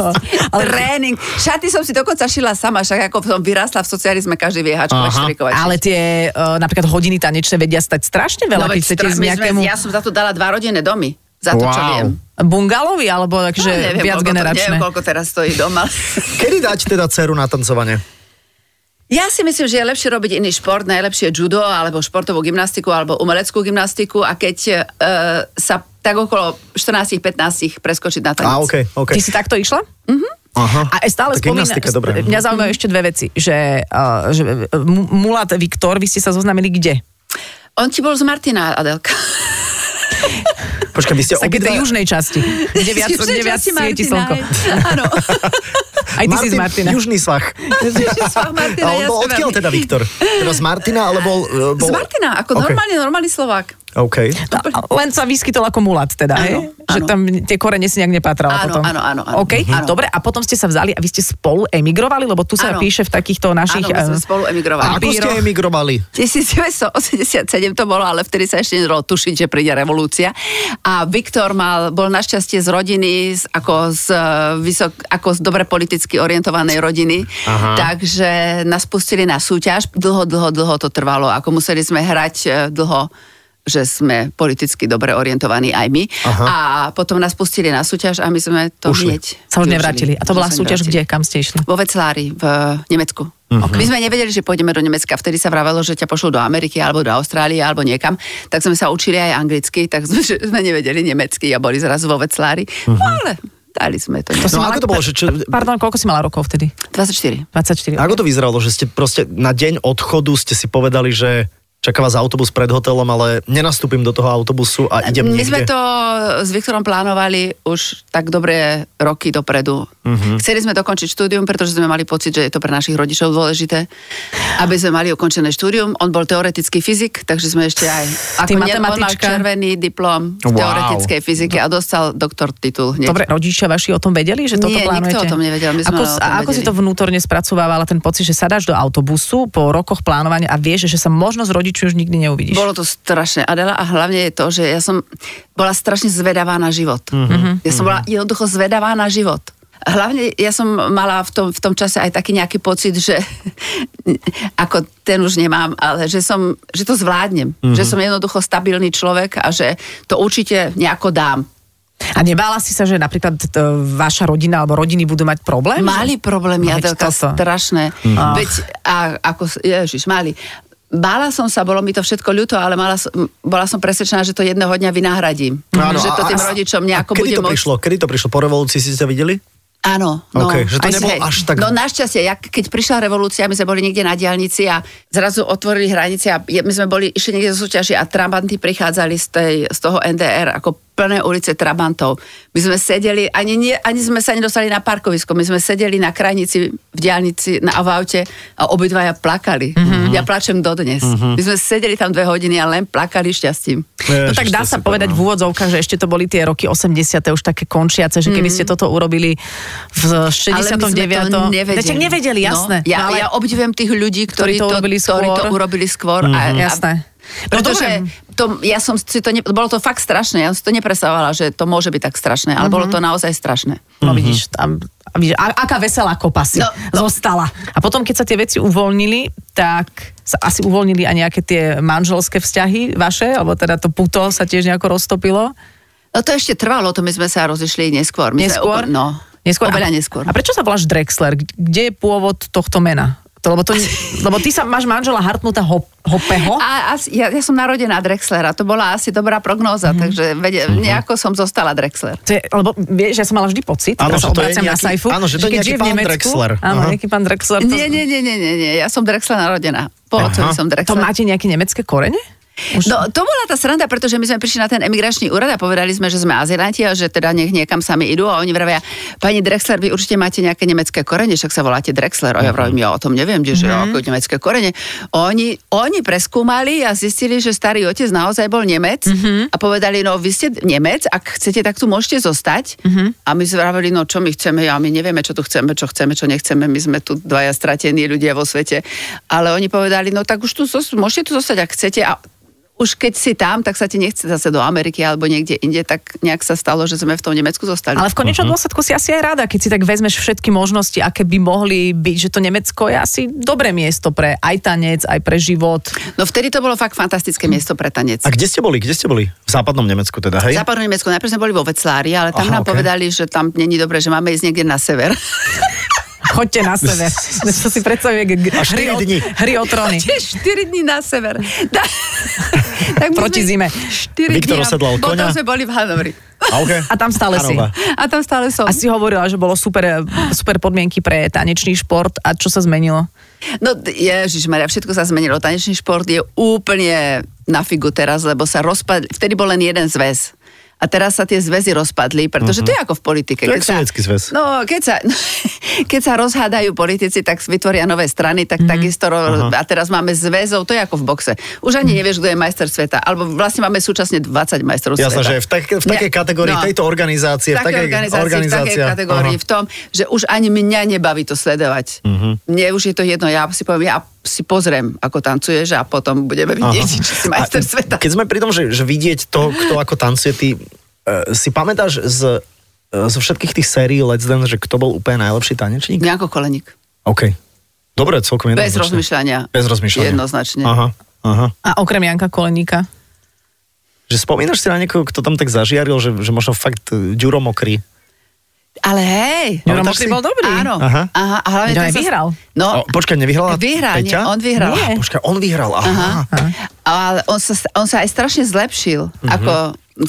S3: ale... Tréning. Šaty som si dokonca šila sama, však ako som vyrastla v socializme, každý vie hačkovať,
S2: Aha.
S3: štrikovať.
S4: Ale tie uh, napríklad hodiny tanečné vedia stať strašne veľa,
S3: no,
S4: keď
S3: veď
S4: chcete
S3: stra-
S4: ísť
S3: my
S4: nejakému
S3: sme, ja som za to dala dva rodinné domy, za to, čo
S2: Wow.
S3: viem.
S4: bungalovi, alebo akože takže
S3: No, neviem,
S4: viac
S3: koľko, To,
S4: generačné.
S3: neviem, koľko teraz stojí doma.
S2: Kedy dať teda dceru na tancovanie?
S3: Ja si myslím, že je lepšie robiť iný šport, najlepšie je judo, alebo športovú gymnastiku, alebo umeleckú gymnastiku a keď e, sa tak okolo 14-15 preskočiť na tanec.
S2: Á, OK, OK.
S4: Ty si takto išla?
S2: Aha.
S4: A
S3: e,
S4: e, stále
S2: Tak
S4: spomína,
S2: gymnastika, dobre.
S4: mňa zaujímajú ešte dve veci, že, uh, že uh, Mu- Mulat Viktor, vy ste sa zoznamili kde?
S3: On ti bol z Martina, Adelka.
S2: Počkaj, vy ste
S4: Z takej tej
S2: obidva...
S4: južnej časti, kde viac, kde viac svieti slnko.
S3: Áno.
S4: Aj ty si z Martina.
S2: Južný svah.
S3: Ježiš, svah Martina,
S2: A on bol
S3: jasne,
S2: odkiaľ
S3: veľmi.
S2: teda Viktor? Teda z Martina, alebo... e, Bol...
S3: Z Martina, ako
S2: OK,
S3: normálny, normálny Slovák.
S2: OK.
S4: No, len sa vyskytol ako mulat teda,
S3: Áno,
S4: hej? Že
S3: áno.
S4: tam tie korene si nejak nepatrala
S3: Áno,
S4: potom.
S3: áno, áno, áno.
S4: OK,
S3: Áno.
S4: dobre, a potom ste sa vzali a vy ste spolu emigrovali, lebo tu sa
S3: Áno.
S4: píše v takýchto našich...
S3: Áno, my sme
S4: eh,
S3: spolu emigrovali.
S2: A ako ste emigrovali?
S3: 1987 to bolo, ale vtedy sa ešte nedalo tušiť, že príde revolúcia. A Viktor mal, bol našťastie z rodiny, z, ako, z, e, vysok, ako z dobre politicky orientovanej rodiny,
S2: Aha.
S3: takže nás pustili na súťaž. Dlho, dlho, dlho to trvalo, ako museli sme hrať e, dlho že sme politicky dobre orientovaní aj my.
S2: Aha.
S3: A potom nás pustili na súťaž a my sme to
S2: Ušli.
S3: hneď
S4: sa už
S3: využili.
S4: nevrátili. A to
S3: Už
S4: bola
S3: sa
S4: súťaž
S3: nevrátili.
S4: kde? Kam ste išli?
S3: Vo Veclári v eh, Nemecku. My sme nevedeli, že pôjdeme do Nemecka. Vtedy sa vravelo, že ťa pošlú do Ameriky alebo do Austrálie alebo niekam. Tak sme sa učili aj anglicky, tak sme, že sme nevedeli nemecky a boli zrazu vo Veclári. No ale dali sme to.
S4: si
S2: No
S4: mala-
S2: ako to bolo, že čo-
S4: Pardon, koľko si mala rokov vtedy?
S3: 24.
S4: 24.
S2: Ako to vyzeralo, že ste proste na deň odchodu ste si povedali, že čaká vás autobus pred hotelom, ale nenastúpim do toho autobusu a idem
S3: E, My
S2: niekde.
S3: sme to s Viktorom plánovali už tak dobré roky dopredu.
S2: Mhm.
S3: Chceli sme dokončiť štúdium, pretože sme mali pocit, že je to pre našich rodičov dôležité, aby sme mali ukončené štúdium. On bol teoretický fyzik, takže sme ešte aj... ne- on
S4: Ty
S3: mal
S4: matematička.
S3: červený diplom v
S2: Wow.
S3: teoretickej fyzike a dostal doktor titul hneď.
S4: Dobre, rodičia vaši o tom vedeli, že toto
S3: Nie, nikto
S4: plánujete?
S3: o tom nevedel, my sme
S4: ako,
S3: ale o tom
S4: a ako si
S3: vedeli.
S4: to vnútorne spracovávala, ten pocit, že sadáš do autobusu po rokoch plánovania a vieš, že sa možno s rodičmi už nikdy neuvidíš?
S3: Bolo to strašné, Adela, a hlavne je to, že ja som bola strašne zvedavá na život. Mm-hmm. Ja som bola jednoducho zvedavá na život. Hlavne ja som mala v tom, v tom čase aj taký nejaký pocit, že ako ten už nemám, ale že, som, že to zvládnem. Mm-hmm. Že som jednoducho stabilný človek a že to určite nejako dám.
S4: A nebála si sa, že napríklad t- vaša rodina alebo rodiny budú mať problém?
S3: Mali
S4: Že-
S3: problémy,
S4: No veď
S2: Hm.
S3: Adelka,
S4: toto.
S3: strašné. Veď, a, ako, s- ježiš, mali. Bála som sa, bolo mi to všetko ľúto, ale mala, som- m, bola som presvedčená, že to jedného dňa vynahradím. že
S2: No
S3: to
S2: a-
S3: tým
S2: a-
S3: rodičom nejako
S2: a kedy
S3: bude
S2: to prišlo? Kedy to prišlo? Po revolúcii si sa videli?
S3: Áno. No,
S2: Ok, že to
S3: aj si-
S2: nebolo
S3: hej.
S2: až tak-
S3: No našťastie, jak, keď prišla revolúcia, my sme boli niekde na diálnici a zrazu otvorili hranice a je- my sme boli išli niekde zo súťaži a trabanty prichádzali z, tej, z toho NDR ako plné ulice trabantov. My sme sedeli, ani, nie, ani sme sa nedostali na parkovisko, my sme sedeli na krajnici v diálnici na v aute a obidvaja plakali.
S2: Mhm.
S3: Mm-hmm. Ja plačem dodnes. Mm-hmm. My sme sedeli tam dve hodiny a len plakali šťastím.
S4: No tak dá sa povedať v úvodzovkách, že ešte to boli tie roky 80. už také končiace, že keby ste toto urobili v 69.
S3: Mhm. Ale my sme to nevedeli.
S4: Veď nevedeli, jasné.
S3: No, ja,
S4: No,
S3: ale...
S4: ale-
S3: ja obdivujem tých ľudí, ktorí, to, urobili ktorí to
S4: skôr.
S3: urobili skôr. A, a,
S4: Mhm. Jasné. No
S3: Pretože
S4: dobre.
S3: to, ja som si to, ne, bolo to fakt strašné, ja som si to nepresávala, že to môže byť tak strašné, ale
S4: Mhm.
S3: bolo to naozaj strašné.
S4: No vidíš, tam, a vidíš, a, aká veselá kopa si
S3: No,
S4: zostala. A potom, keď sa tie veci uvoľnili, tak sa asi uvoľnili aj nejaké tie manželské vzťahy vaše, alebo teda to puto sa tiež nejako roztopilo.
S3: No to ešte trvalo, to my sme sa rozišli neskôr. My Sme,
S4: Neskôr?
S3: úpl- no,
S4: neskôr.
S3: oveľa
S4: A-
S3: neskôr.
S4: A prečo sa voláš Drexler? Kde je pôvod tohto mena? To, lebo, to, lebo ty sa máš manžela Hartmuta Hop, Hopeho.
S3: A, asi- ja, ja som narodená Drexlera, to bola asi dobrá prognóza,
S4: Mhm.
S3: mm. takže vede, nejako som zostala Drexler.
S4: To je, lebo vieš, ja som mala vždy pocit,
S2: Áno, že
S4: teraz sa
S2: to je
S4: obraciam na
S2: nejaký-
S4: Saifu,
S2: áno, že to je
S4: keď
S2: nejaký
S4: žije v
S2: pán
S4: Nemecku,
S2: Drexler.
S4: Áno,
S2: Aha.
S4: nejaký pán Drexler. To,
S3: Nie, nie, nie, nie, nie, nie, ja som Drexler narodená. Po
S2: Aha.
S3: otcovi som
S4: to
S3: Drexler.
S4: máte nejaké nemecké korene? Už-
S3: No, to bola tá sranda, pretože my sme prišli na ten emigračný úrad a povedali sme, že sme azilanti a že teda nech niekam sami idú a oni vravia, pani Drexler, vy určite máte nejaké nemecké korene, však sa voláte Drexler. A ja vravím, ja o tom neviem, že mm-hmm. ako nemecké korene. Oni, oni preskúmali a zistili, že starý otec naozaj bol Nemec mm-hmm. a povedali, no vy ste Nemec, ak chcete, tak tu môžete zostať. Mm-hmm. A my sme vraveli, no čo my chceme, ja my nevieme, čo tu chceme, čo chceme, čo nechceme, my sme tu dvaja stratení ľudia vo svete. Ale oni povedali, no tak už tu zos- môžete tu zostať, ak chcete. A už keď si tam, tak sa ti nechce zase do Ameriky alebo niekde inde, tak nejak sa stalo, že sme v tom Nemecku zostali.
S4: Ale v
S2: Mhm.
S4: konečnom dôsledku si asi aj rada, keď si tak vezmeš všetky možnosti, aké by mohli byť, že to Nemecko je asi dobré miesto pre aj tanec, aj pre život.
S3: No vtedy to bolo fakt fantastické miesto pre tanec.
S2: Hm. A kde ste boli? Kde ste boli? V západnom Nemecku teda,
S3: V
S2: hej?
S3: západnom Nemecku najprv sme boli vo Veclári, ale tam
S2: Aha,
S3: nám
S2: ok.
S3: povedali, že tam není dobre, že máme ísť niekde na sever.
S4: Choďte na sever. to si predstavuje g- g-
S2: A štyri
S4: hry, o,
S2: dni.
S4: hry o tróny.
S3: 4 dní na sever. Tak, tak my
S4: Proti
S3: sme
S4: zime.
S3: 4
S2: Viktor
S3: dní,
S2: osedlal
S3: Potom
S2: koňa.
S3: sme boli v Hanovri.
S2: A, okay.
S4: A tam stále si.
S2: Hanova.
S3: A tam stále som.
S4: A si hovorila, že bolo super, super podmienky pre tanečný šport a čo sa zmenilo?
S3: No ježiš Maria, všetko sa zmenilo. Tanečný šport je úplne na figu teraz, lebo sa rozpadli, vtedy bol len jeden zväz. A teraz sa tie zväzy rozpadli, pretože to je ako v politike.
S2: To Mhm. je
S3: Keď sa-
S2: sovietský zväz.
S3: No, keď sa, keď sa rozhádajú politici, tak vytvoria nové strany, tak
S2: Mhm.
S3: takisto, ro- a teraz máme zväzov, to je ako v boxe. Už
S2: Mhm.
S3: ani nevieš, kto je majster sveta, alebo vlastne máme súčasne 20 majstrov sveta.
S2: Jasné, že v, tak, v takej
S3: Ne- no.
S2: kategórii tejto organizácie, v takej
S3: v takej
S2: organizácia.
S3: kategórii, v tom, že už ani mňa nebaví to sledovať.
S2: Mhm.
S3: Mne už je to jedno, ja si poviem, ja si pozriem, ako tancuješ a potom budeme vidieť,
S2: Aha.
S3: či si majster
S2: A
S3: sveta.
S2: Keď sme pri tom, že, že vidieť to, kto ako tancuje, ty e, si pamätáš z, e, zo všetkých tých sérií Let's Dance, že kto bol úplne najlepší tanečník?
S3: Nejako koleník.
S2: OK. Dobre, celkom
S3: Bez
S2: jednoznačne.
S3: rozmýšľania.
S2: Bez rozmýšľania.
S3: Jednoznačne.
S2: Aha, aha.
S4: A okrem Janka Koleníka.
S2: Že spomínaš si na niekoho, kto tam tak zažiaril, že, že možno fakt e, Ďuro Mokrý.
S3: Ale hej!
S4: Juro
S2: Pamätáš
S4: Mokrý
S2: si?
S4: bol dobrý.
S3: No, Áno.
S2: Aha.
S3: Aha. a hlavne
S4: Veď on
S3: ten
S4: aj
S3: sa-
S4: vyhral.
S3: No,
S2: O, počkaj, nevyhrala
S3: vyhral,
S2: Peťa?
S3: Nie, on vyhral.
S4: Nie.
S2: Počkaj, on vyhral, aha. Mhm.
S3: Aha. Ale on sa, on sa aj strašne zlepšil. Mm-hmm. Ako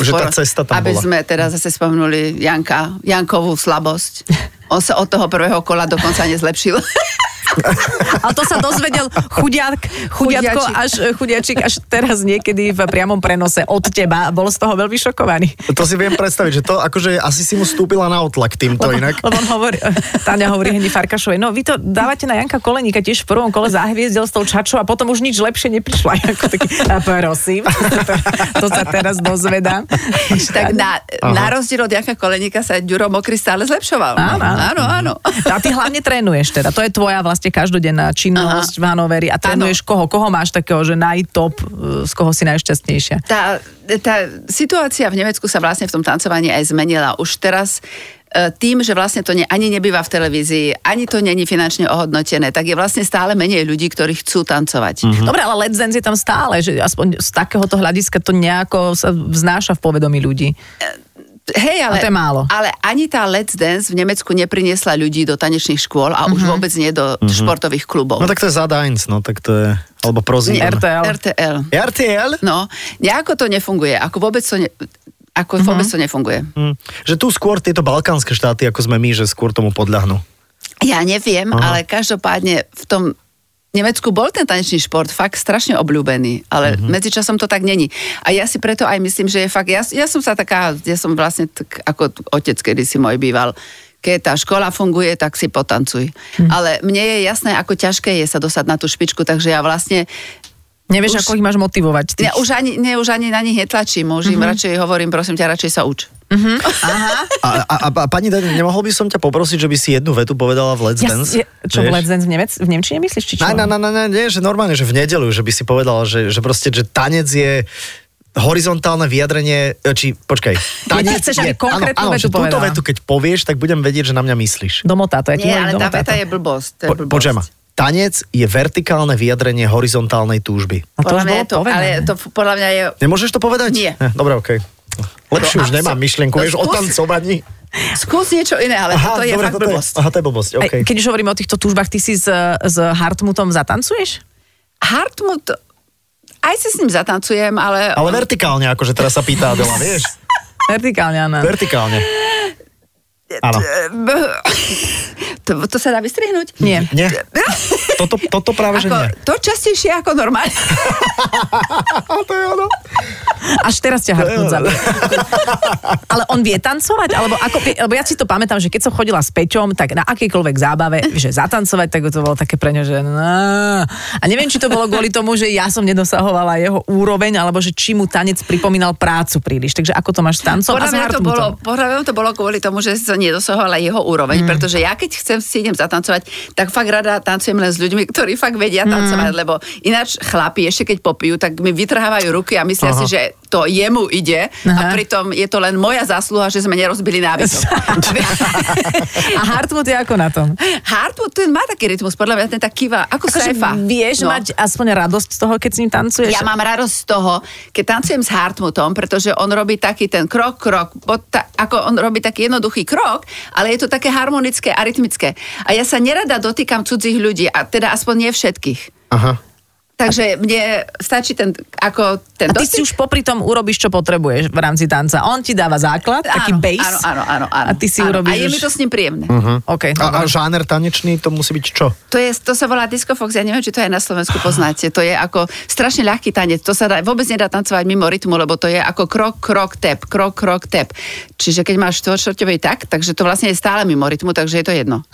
S2: Že tá cesta tam
S3: aby
S2: bola.
S3: sme teda zase spomenuli Janka, Jankovú slabosť. On sa od toho prvého kola dokonca nezlepšil.
S4: A to sa dozvedel chudiak, chudiatko
S3: Chudiačik.
S4: až, chudiačik až teraz niekedy v priamom prenose od teba. Bol z toho veľmi šokovaný.
S2: To si viem predstaviť, že to akože asi si mu stúpila na otlak týmto
S4: lebo,
S2: inak.
S4: Lebo on hovorí, Táňa hovorí Heni Farkašovej, no vy to dávate na Janka Koleníka tiež v prvom kole zahviezdil s tou čačou a potom už nič lepšie neprišlo. A Janko taký, a prosím, to, to sa teraz dozvedám.
S3: tak na, na rozdiel od Janka Koleníka sa Ďuro Mokry stále zlepšoval.
S4: Áno.
S3: áno.
S2: Mhm.
S3: áno.
S4: A ty hlavne trénuješ teda, to je tvoja vlastne každodenná činnosť Aha. v Hanoveri a trénuješ koho? Koho máš takého, že najtop, e, z koho si najšťastnejšia?
S3: Tá, tá situácia v Nemecku sa vlastne v tom tancovaní aj zmenila. Už teraz e, tým, že vlastne to ne, ani nebýva v televízii, ani to není finančne ohodnotené, tak je vlastne stále menej ľudí, ktorí chcú tancovať.
S2: Mhm.
S4: Hm. Dobre, ale Let's Dance je tam stále, že aspoň z takéhoto hľadiska to nejako sa vznáša v povedomí ľudí.
S3: T- Hej, ale,
S4: A to je málo.
S3: ale ani tá Let's Dance v Nemecku nepriniesla ľudí do tanečných škôl a
S4: Mhm.
S3: už vôbec nie do športových klubov.
S2: No tak to je za Dines, no tak to je... Alebo prozí.
S4: Nie, RTL.
S3: RTL.
S2: RTL?
S3: No, nejako to nefunguje, ako vôbec to, ne,
S4: Mhm.
S3: ako vôbec to nefunguje.
S2: Hm. Že tu skôr tieto balkánske štáty, ako sme my, že skôr tomu podľahnú.
S3: Ja neviem, Aha. ale každopádne v tom Nemecku bol ten tanečný šport fakt strašne obľúbený, ale
S4: Mhm.
S3: mm-hmm. medzičasom to tak není. A ja si preto aj myslím, že je fakt, ja, ja som sa taká, ja som vlastne tak, ako t- otec kedysi môj býval, keď tá škola funguje, tak si potancuj. Mm.
S4: Mhm.
S3: Ale mne je jasné, ako ťažké je sa dostať na tú špičku, takže ja vlastne Už-
S4: Nevieš, ako ich máš motivovať.
S3: ja
S4: Ty.
S3: už, ani, ne, už ani na nich netlačím, už mm-hmm.
S4: Mhm.
S3: im radšej hovorím, prosím ťa, radšej sa uč.
S2: A, a, a, a pani Dani, nemohol by som ťa poprosiť, že by si jednu vetu povedala v Let's
S4: Ja,
S2: Dance?
S4: ja, čo,
S2: Vieš?
S4: v Let's Dance v, Nemec, v Nemčine myslíš? Či čo?
S2: Ne, ne, ne, ne, ne, nie, že normálne, že v nedelu, že by si povedala, že, že proste, že tanec je horizontálne vyjadrenie, e, či počkaj, tanec
S4: chceš,
S2: je,
S4: aby konkrétnu
S2: áno, áno, že
S4: vetu
S2: túto
S4: povedala.
S2: vetu, keď povieš, tak budem vedieť, že na mňa myslíš.
S4: Domotá, to je
S3: Nie, ale tá veta je blbosť. To je
S2: Po,
S3: blbosť.
S2: počujem ma. Tanec je vertikálne vyjadrenie horizontálnej túžby.
S4: A No to
S3: Podľa
S4: už
S3: mňa
S4: bolo
S3: je to, ale
S4: povedané.
S3: to podľa mňa je
S2: Nemôžeš to povedať?
S3: Nie.
S2: Eh, Dobre, okej. Lepšie
S3: No,
S2: už nemám
S3: absol-
S2: myšlienku,
S3: no,
S2: vieš, o
S3: skús-
S2: tancovaní.
S3: Skús niečo iné, ale Aha, to je dobre, fakt
S2: toto
S3: blbosť.
S2: Aha, to je blbosť,
S4: Aj,
S2: okej.
S4: Keď už hovoríme o týchto túžbách, ty si s, s Hartmutom zatancuješ?
S3: Hartmut, aj si s ním zatancujem, ale...
S2: Ale vertikálne, akože teraz sa pýta Adela, vieš?
S4: Vertikálne, áno.
S2: Vertikálne. Áno.
S3: to, to sa dá vystrihnúť?
S4: Nie.
S2: Nie. Toto, toto práve, že
S3: Ako,
S2: nie.
S3: to častejšie ako normálne.
S2: A to je ono.
S4: Až teraz ťa
S2: To je-
S4: Hartmut zabil. Ale on vie tancovať? Alebo ako, lebo ja si to pamätám, že keď som chodila s Peťom, tak na akejkoľvek zábave, že zatancovať, tak to bolo také pre ňo, že no. A neviem, či to bolo kvôli tomu, že ja som nedosahovala jeho úroveň, alebo že či mu tanec pripomínal prácu príliš. Takže ako to máš s tancom a
S3: Podľa
S4: s
S3: mňa, to
S4: Hartmutom?
S3: bolo, podľa mňa to bolo kvôli tomu, že som nedosahovala jeho
S4: Mm.
S3: úroveň, pretože ja keď chcem si idem zatancovať, tak fakt rada tancujem len s ľuďmi, ktorí fakt vedia
S4: Mm.
S3: tancovať, lebo ináč chlapi ešte keď popijú, tak mi vytrhávajú ruky a myslia si, že to jemu ide
S4: Aha.
S3: a pritom je to len moja zásluha, že sme nerozbili návysom.
S4: A Hartmut je ako na tom?
S3: Hartmut, ten má taký rytmus, podľa mňa ten tak kýva, ako
S4: Akože
S3: sefa.
S4: vieš no. mať aspoň radosť z toho, keď s ním tancuješ?
S3: Ja mám radosť z toho, keď tancujem s Hartmutom, pretože on robí taký ten krok, krok, pod ta, ako on robí taký jednoduchý krok, ale je to také harmonické a rytmické. A ja sa nerada dotýkam cudzích ľudí, a teda aspoň nie všetkých.
S2: Aha.
S3: Takže mne stačí ten, ako ten
S4: A ty si už popri tom urobíš, čo potrebuješ v rámci tanca. On ti dáva základ, taký
S3: áno,
S4: base.
S3: áno, áno, áno, áno.
S4: A ty si
S3: áno.
S4: urobíš
S3: A je
S4: už-
S3: mi to s ním príjemné.
S4: OK.
S2: Mhm. A, a žáner tanečný, to musí byť čo?
S3: To, je, to sa volá disco fox, ja neviem, či to aj na Slovensku poznáte. To je ako strašne ľahký tanec, to sa dá, vôbec nedá tancovať mimo rytmu, lebo to je ako krok, krok, tep, krok, krok, tep. Čiže keď máš štvoršortový tak, takže to vlastne je stále mimo rytmu, takže je to jedno.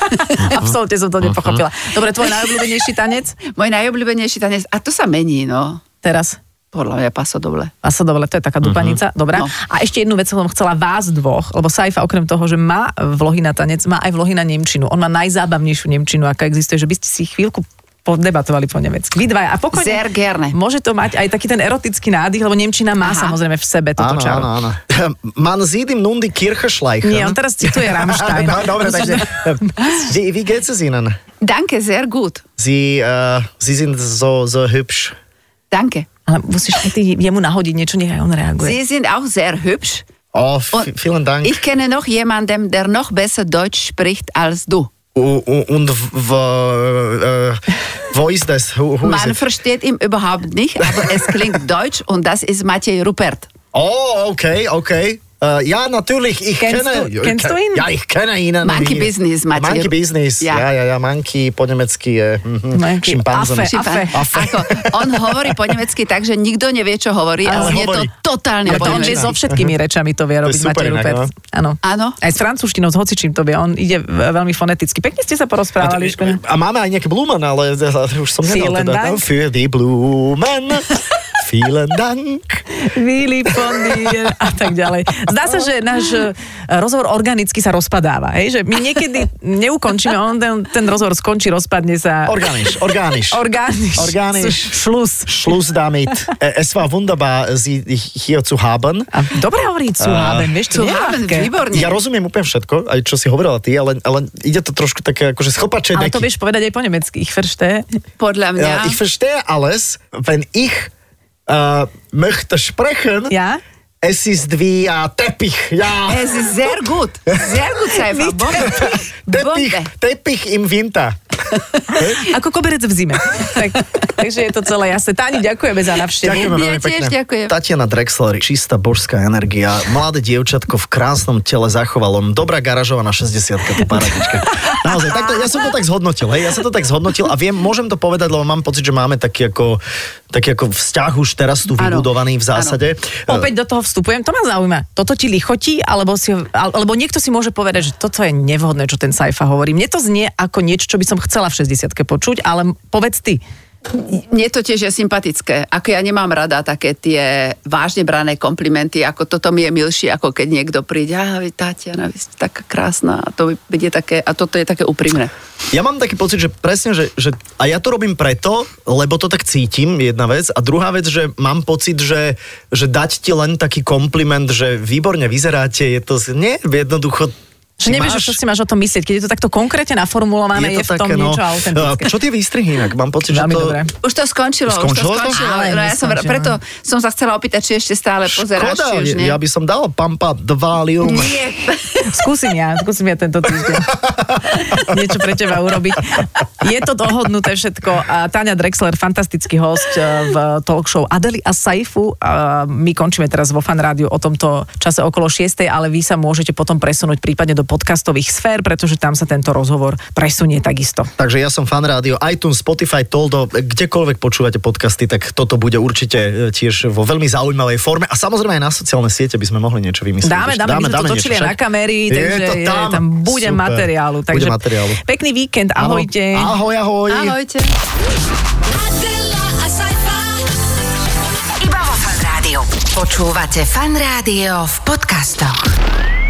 S4: Absolútne som to
S2: Mhm.
S4: nepochopila. Dobre, tvoj najobľúbenejší tanec?
S3: Môj najobľúbenejší tanec, a to sa mení, no,
S4: Teraz.
S3: podľa mňa paso doble.
S4: A sa dobre, to je taká dupanica,
S2: Mhm.
S4: dobrá.
S3: No.
S4: A ešte jednu vec som chcela vás dvoch, lebo Saifa okrem toho, že má vlohy na tanec, má aj vlohy na Nemčinu. On má najzábavnejšiu Nemčinu, aká existuje, že by ste si chvíľku podebatovali po nemecky. Vy dvaja a pokojne.
S3: Sehr gerne.
S4: Môže to mať aj taký ten erotický nádych, lebo Nemčina
S3: Aha.
S4: má samozrejme v sebe
S2: áno,
S4: toto čaro.
S2: áno, áno. Man sieht im nun die Kirche schleichen.
S4: Nie, on teraz cituje Rammstein.
S2: no, dobre, takže... Wie, wie geht's es Ihnen?
S3: Danke, sehr gut.
S2: Sie, uh, Sie sind so, so hübsch.
S3: Danke.
S4: Ale musíš aj ty jemu nahodiť niečo, nech aj on reaguje.
S3: Sie sind auch sehr hübsch.
S2: Oh, v-
S3: Und
S2: vielen Dank.
S3: Ich kenne noch jemanden, der noch besser Deutsch spricht als du.
S2: U- u- Und wo, äh, wo ist er? das? Who, who
S3: Man
S2: is it?
S3: versteht ihn überhaupt nicht, aber es klingt deutsch und das ist Matej Rupert.
S2: Oh, okay, okay. Äh, ja, natürlich, ich
S4: Kennst
S2: kenne...
S4: du- kennst du ihn?
S2: Ja, ich kenne ihn.
S3: Monkey Business, Matej.
S2: Monkey Business, ja,
S3: Ja.
S2: ja, ja, Monkey po nemecky je... mhm,
S4: Monkey.
S2: Šimpanzen.
S4: Afe, afe.
S2: Afe.
S3: Ako, on hovorí po nemecky tak, že nikto nevie, čo hovorí,
S2: Ale
S3: ale, je to
S2: hovorí.
S3: totálne
S4: Ale
S3: po
S4: to on vie
S3: nemecky.
S4: so všetkými rečami to vie robiť,
S2: super
S4: Matej
S2: inak,
S4: Rupert.
S2: no.
S4: Áno.
S3: Áno.
S4: Aj s francúzštinou, s hocičím to vie. On ide v- veľmi foneticky. Pekne ste sa porozprávali. Škoda.
S2: A máme aj nejaké Blumen, äh, ale už som nedal
S4: Vielen
S2: teda.
S4: Dank.
S2: No, Für die Blumen. Vielen Dank.
S4: Willy Pondier a tak ďalej. Zdá sa, že náš e, rozhovor organicky sa rozpadáva. Hej? Že my niekedy neukončíme, on ten, ten rozhovor skončí, rozpadne sa.
S2: Organisch, organisch.
S4: Orgániš.
S2: Orgániš.
S4: Šlus.
S2: Schluss damit. Äh, Es war wunderbar, Sie hier zu haben.
S4: A dobre hovorí Cuhaven, vieš,
S3: Čo
S4: to nie je
S3: máme,
S4: ľahké.
S3: výborne.
S2: Ja rozumiem úplne všetko, aj čo si hovorila ty, ale, ale ide to trošku také akože schlpačej
S4: Ale to vieš povedať aj po nemecky. Ich verstehe.
S3: Podľa mňa.
S2: Ja, ich verstehe alles, wenn ich äh, möchte sprechen,
S4: Ja?
S2: Es ist wie a Teppich. Ja.
S3: Es ist sehr Eh, gut. Sehr gut, Saifa. Bombe.
S2: Teppich, Teppich im Winter.
S4: Ako koberec v zime. Tak, takže je to celé jasné. Táni, ďakujeme za
S2: Ďakujem
S4: navštevu.
S3: Ja
S2: veľmi
S3: tiež
S2: pekne.
S3: ďakujem.
S2: Tatiana Drexler, čistá božská energia. Mladé dievčatko v krásnom tele zachovalo. Dobrá garažovaná 60 po paradičke. Naozaj, takto, ja som to tak zhodnotil. Hej, ja som to tak zhodnotil a viem, môžem to povedať, lebo mám pocit, že máme taký ako, taký ako vzťah už teraz tu
S3: Áno.
S2: vybudovaný v zásade.
S4: Opäť do toho vstupujem. To ma zaujíma. Toto ti lichotí, alebo, si, ho- alebo niekto si môže povedať, že toto je nevhodné, čo ten Saifa hovorí. Mne to znie ako niečo, čo by som chcela v 60 počuť, ale povedz ty.
S3: Mne to tiež je sympatické. Ako ja nemám rada také tie vážne brané komplimenty, ako toto mi je milšie, ako keď niekto príde, a vy Tatiana, vy ste taká krásna a, to je také, a toto je také úprimné.
S2: Ja mám taký pocit, že presne, že, že a ja to robím preto, lebo to tak cítim, jedna vec. A druhá vec, že mám pocit, že, že dať ti len taký kompliment, že výborne vyzeráte, je to, z- nie, jednoducho
S4: No Že nevieš, čo si máš o tom myslieť. Keď je to takto konkrétne naformulované, je, je v tom niečo autentické.
S2: no. Čo tie výstrihy inak? Mám pocit, že
S4: Veľmi
S2: to...
S4: dobré.
S3: Už to skončilo,
S2: Skončilo
S3: už
S2: to?
S3: to skončilo.
S4: Ale
S3: Ale ja som,
S4: neskončilo.
S3: preto som sa chcela opýtať, či ešte stále pozeráš, či
S2: Škoda,
S3: už nie.
S2: ja by som dal pampa 2 lium.
S3: Nie.
S4: Skúsim ja, skúsim ja tento týždeň niečo pre teba urobiť. Je to dohodnuté všetko. A Táňa Drexler, fantastický host e, v talk show Adeli a Saifu. A My končíme teraz vo Fan Rádiu o tomto čase okolo 6, ale vy sa môžete potom presunúť prípadne do podcastových sfér, pretože tam sa tento rozhovor presunie takisto.
S2: Takže ja som fan rádio iTunes, Spotify, Toldo, kdekoľvek počúvate podcasty, tak toto bude určite e, tiež vo veľmi zaujímavej forme. A samozrejme aj na sociálne siete by sme mohli niečo vymyslieť.
S4: Dáme,
S2: Ešte
S4: dáme, dáme, my sme to
S2: niečo
S4: točili aj
S2: však.
S4: na kamery,
S2: Je
S4: takže
S2: to
S4: je tam, bude
S2: Super.
S4: materiálu. Takže
S2: bude materiálu.
S4: Pekný víkend, ahojte.
S2: Ahoj, ahoj.
S3: Ahojte.
S5: Adela Asaifa.
S1: Iba vo Fan Rádiu. Počúvate Fan Rádio v podcastoch.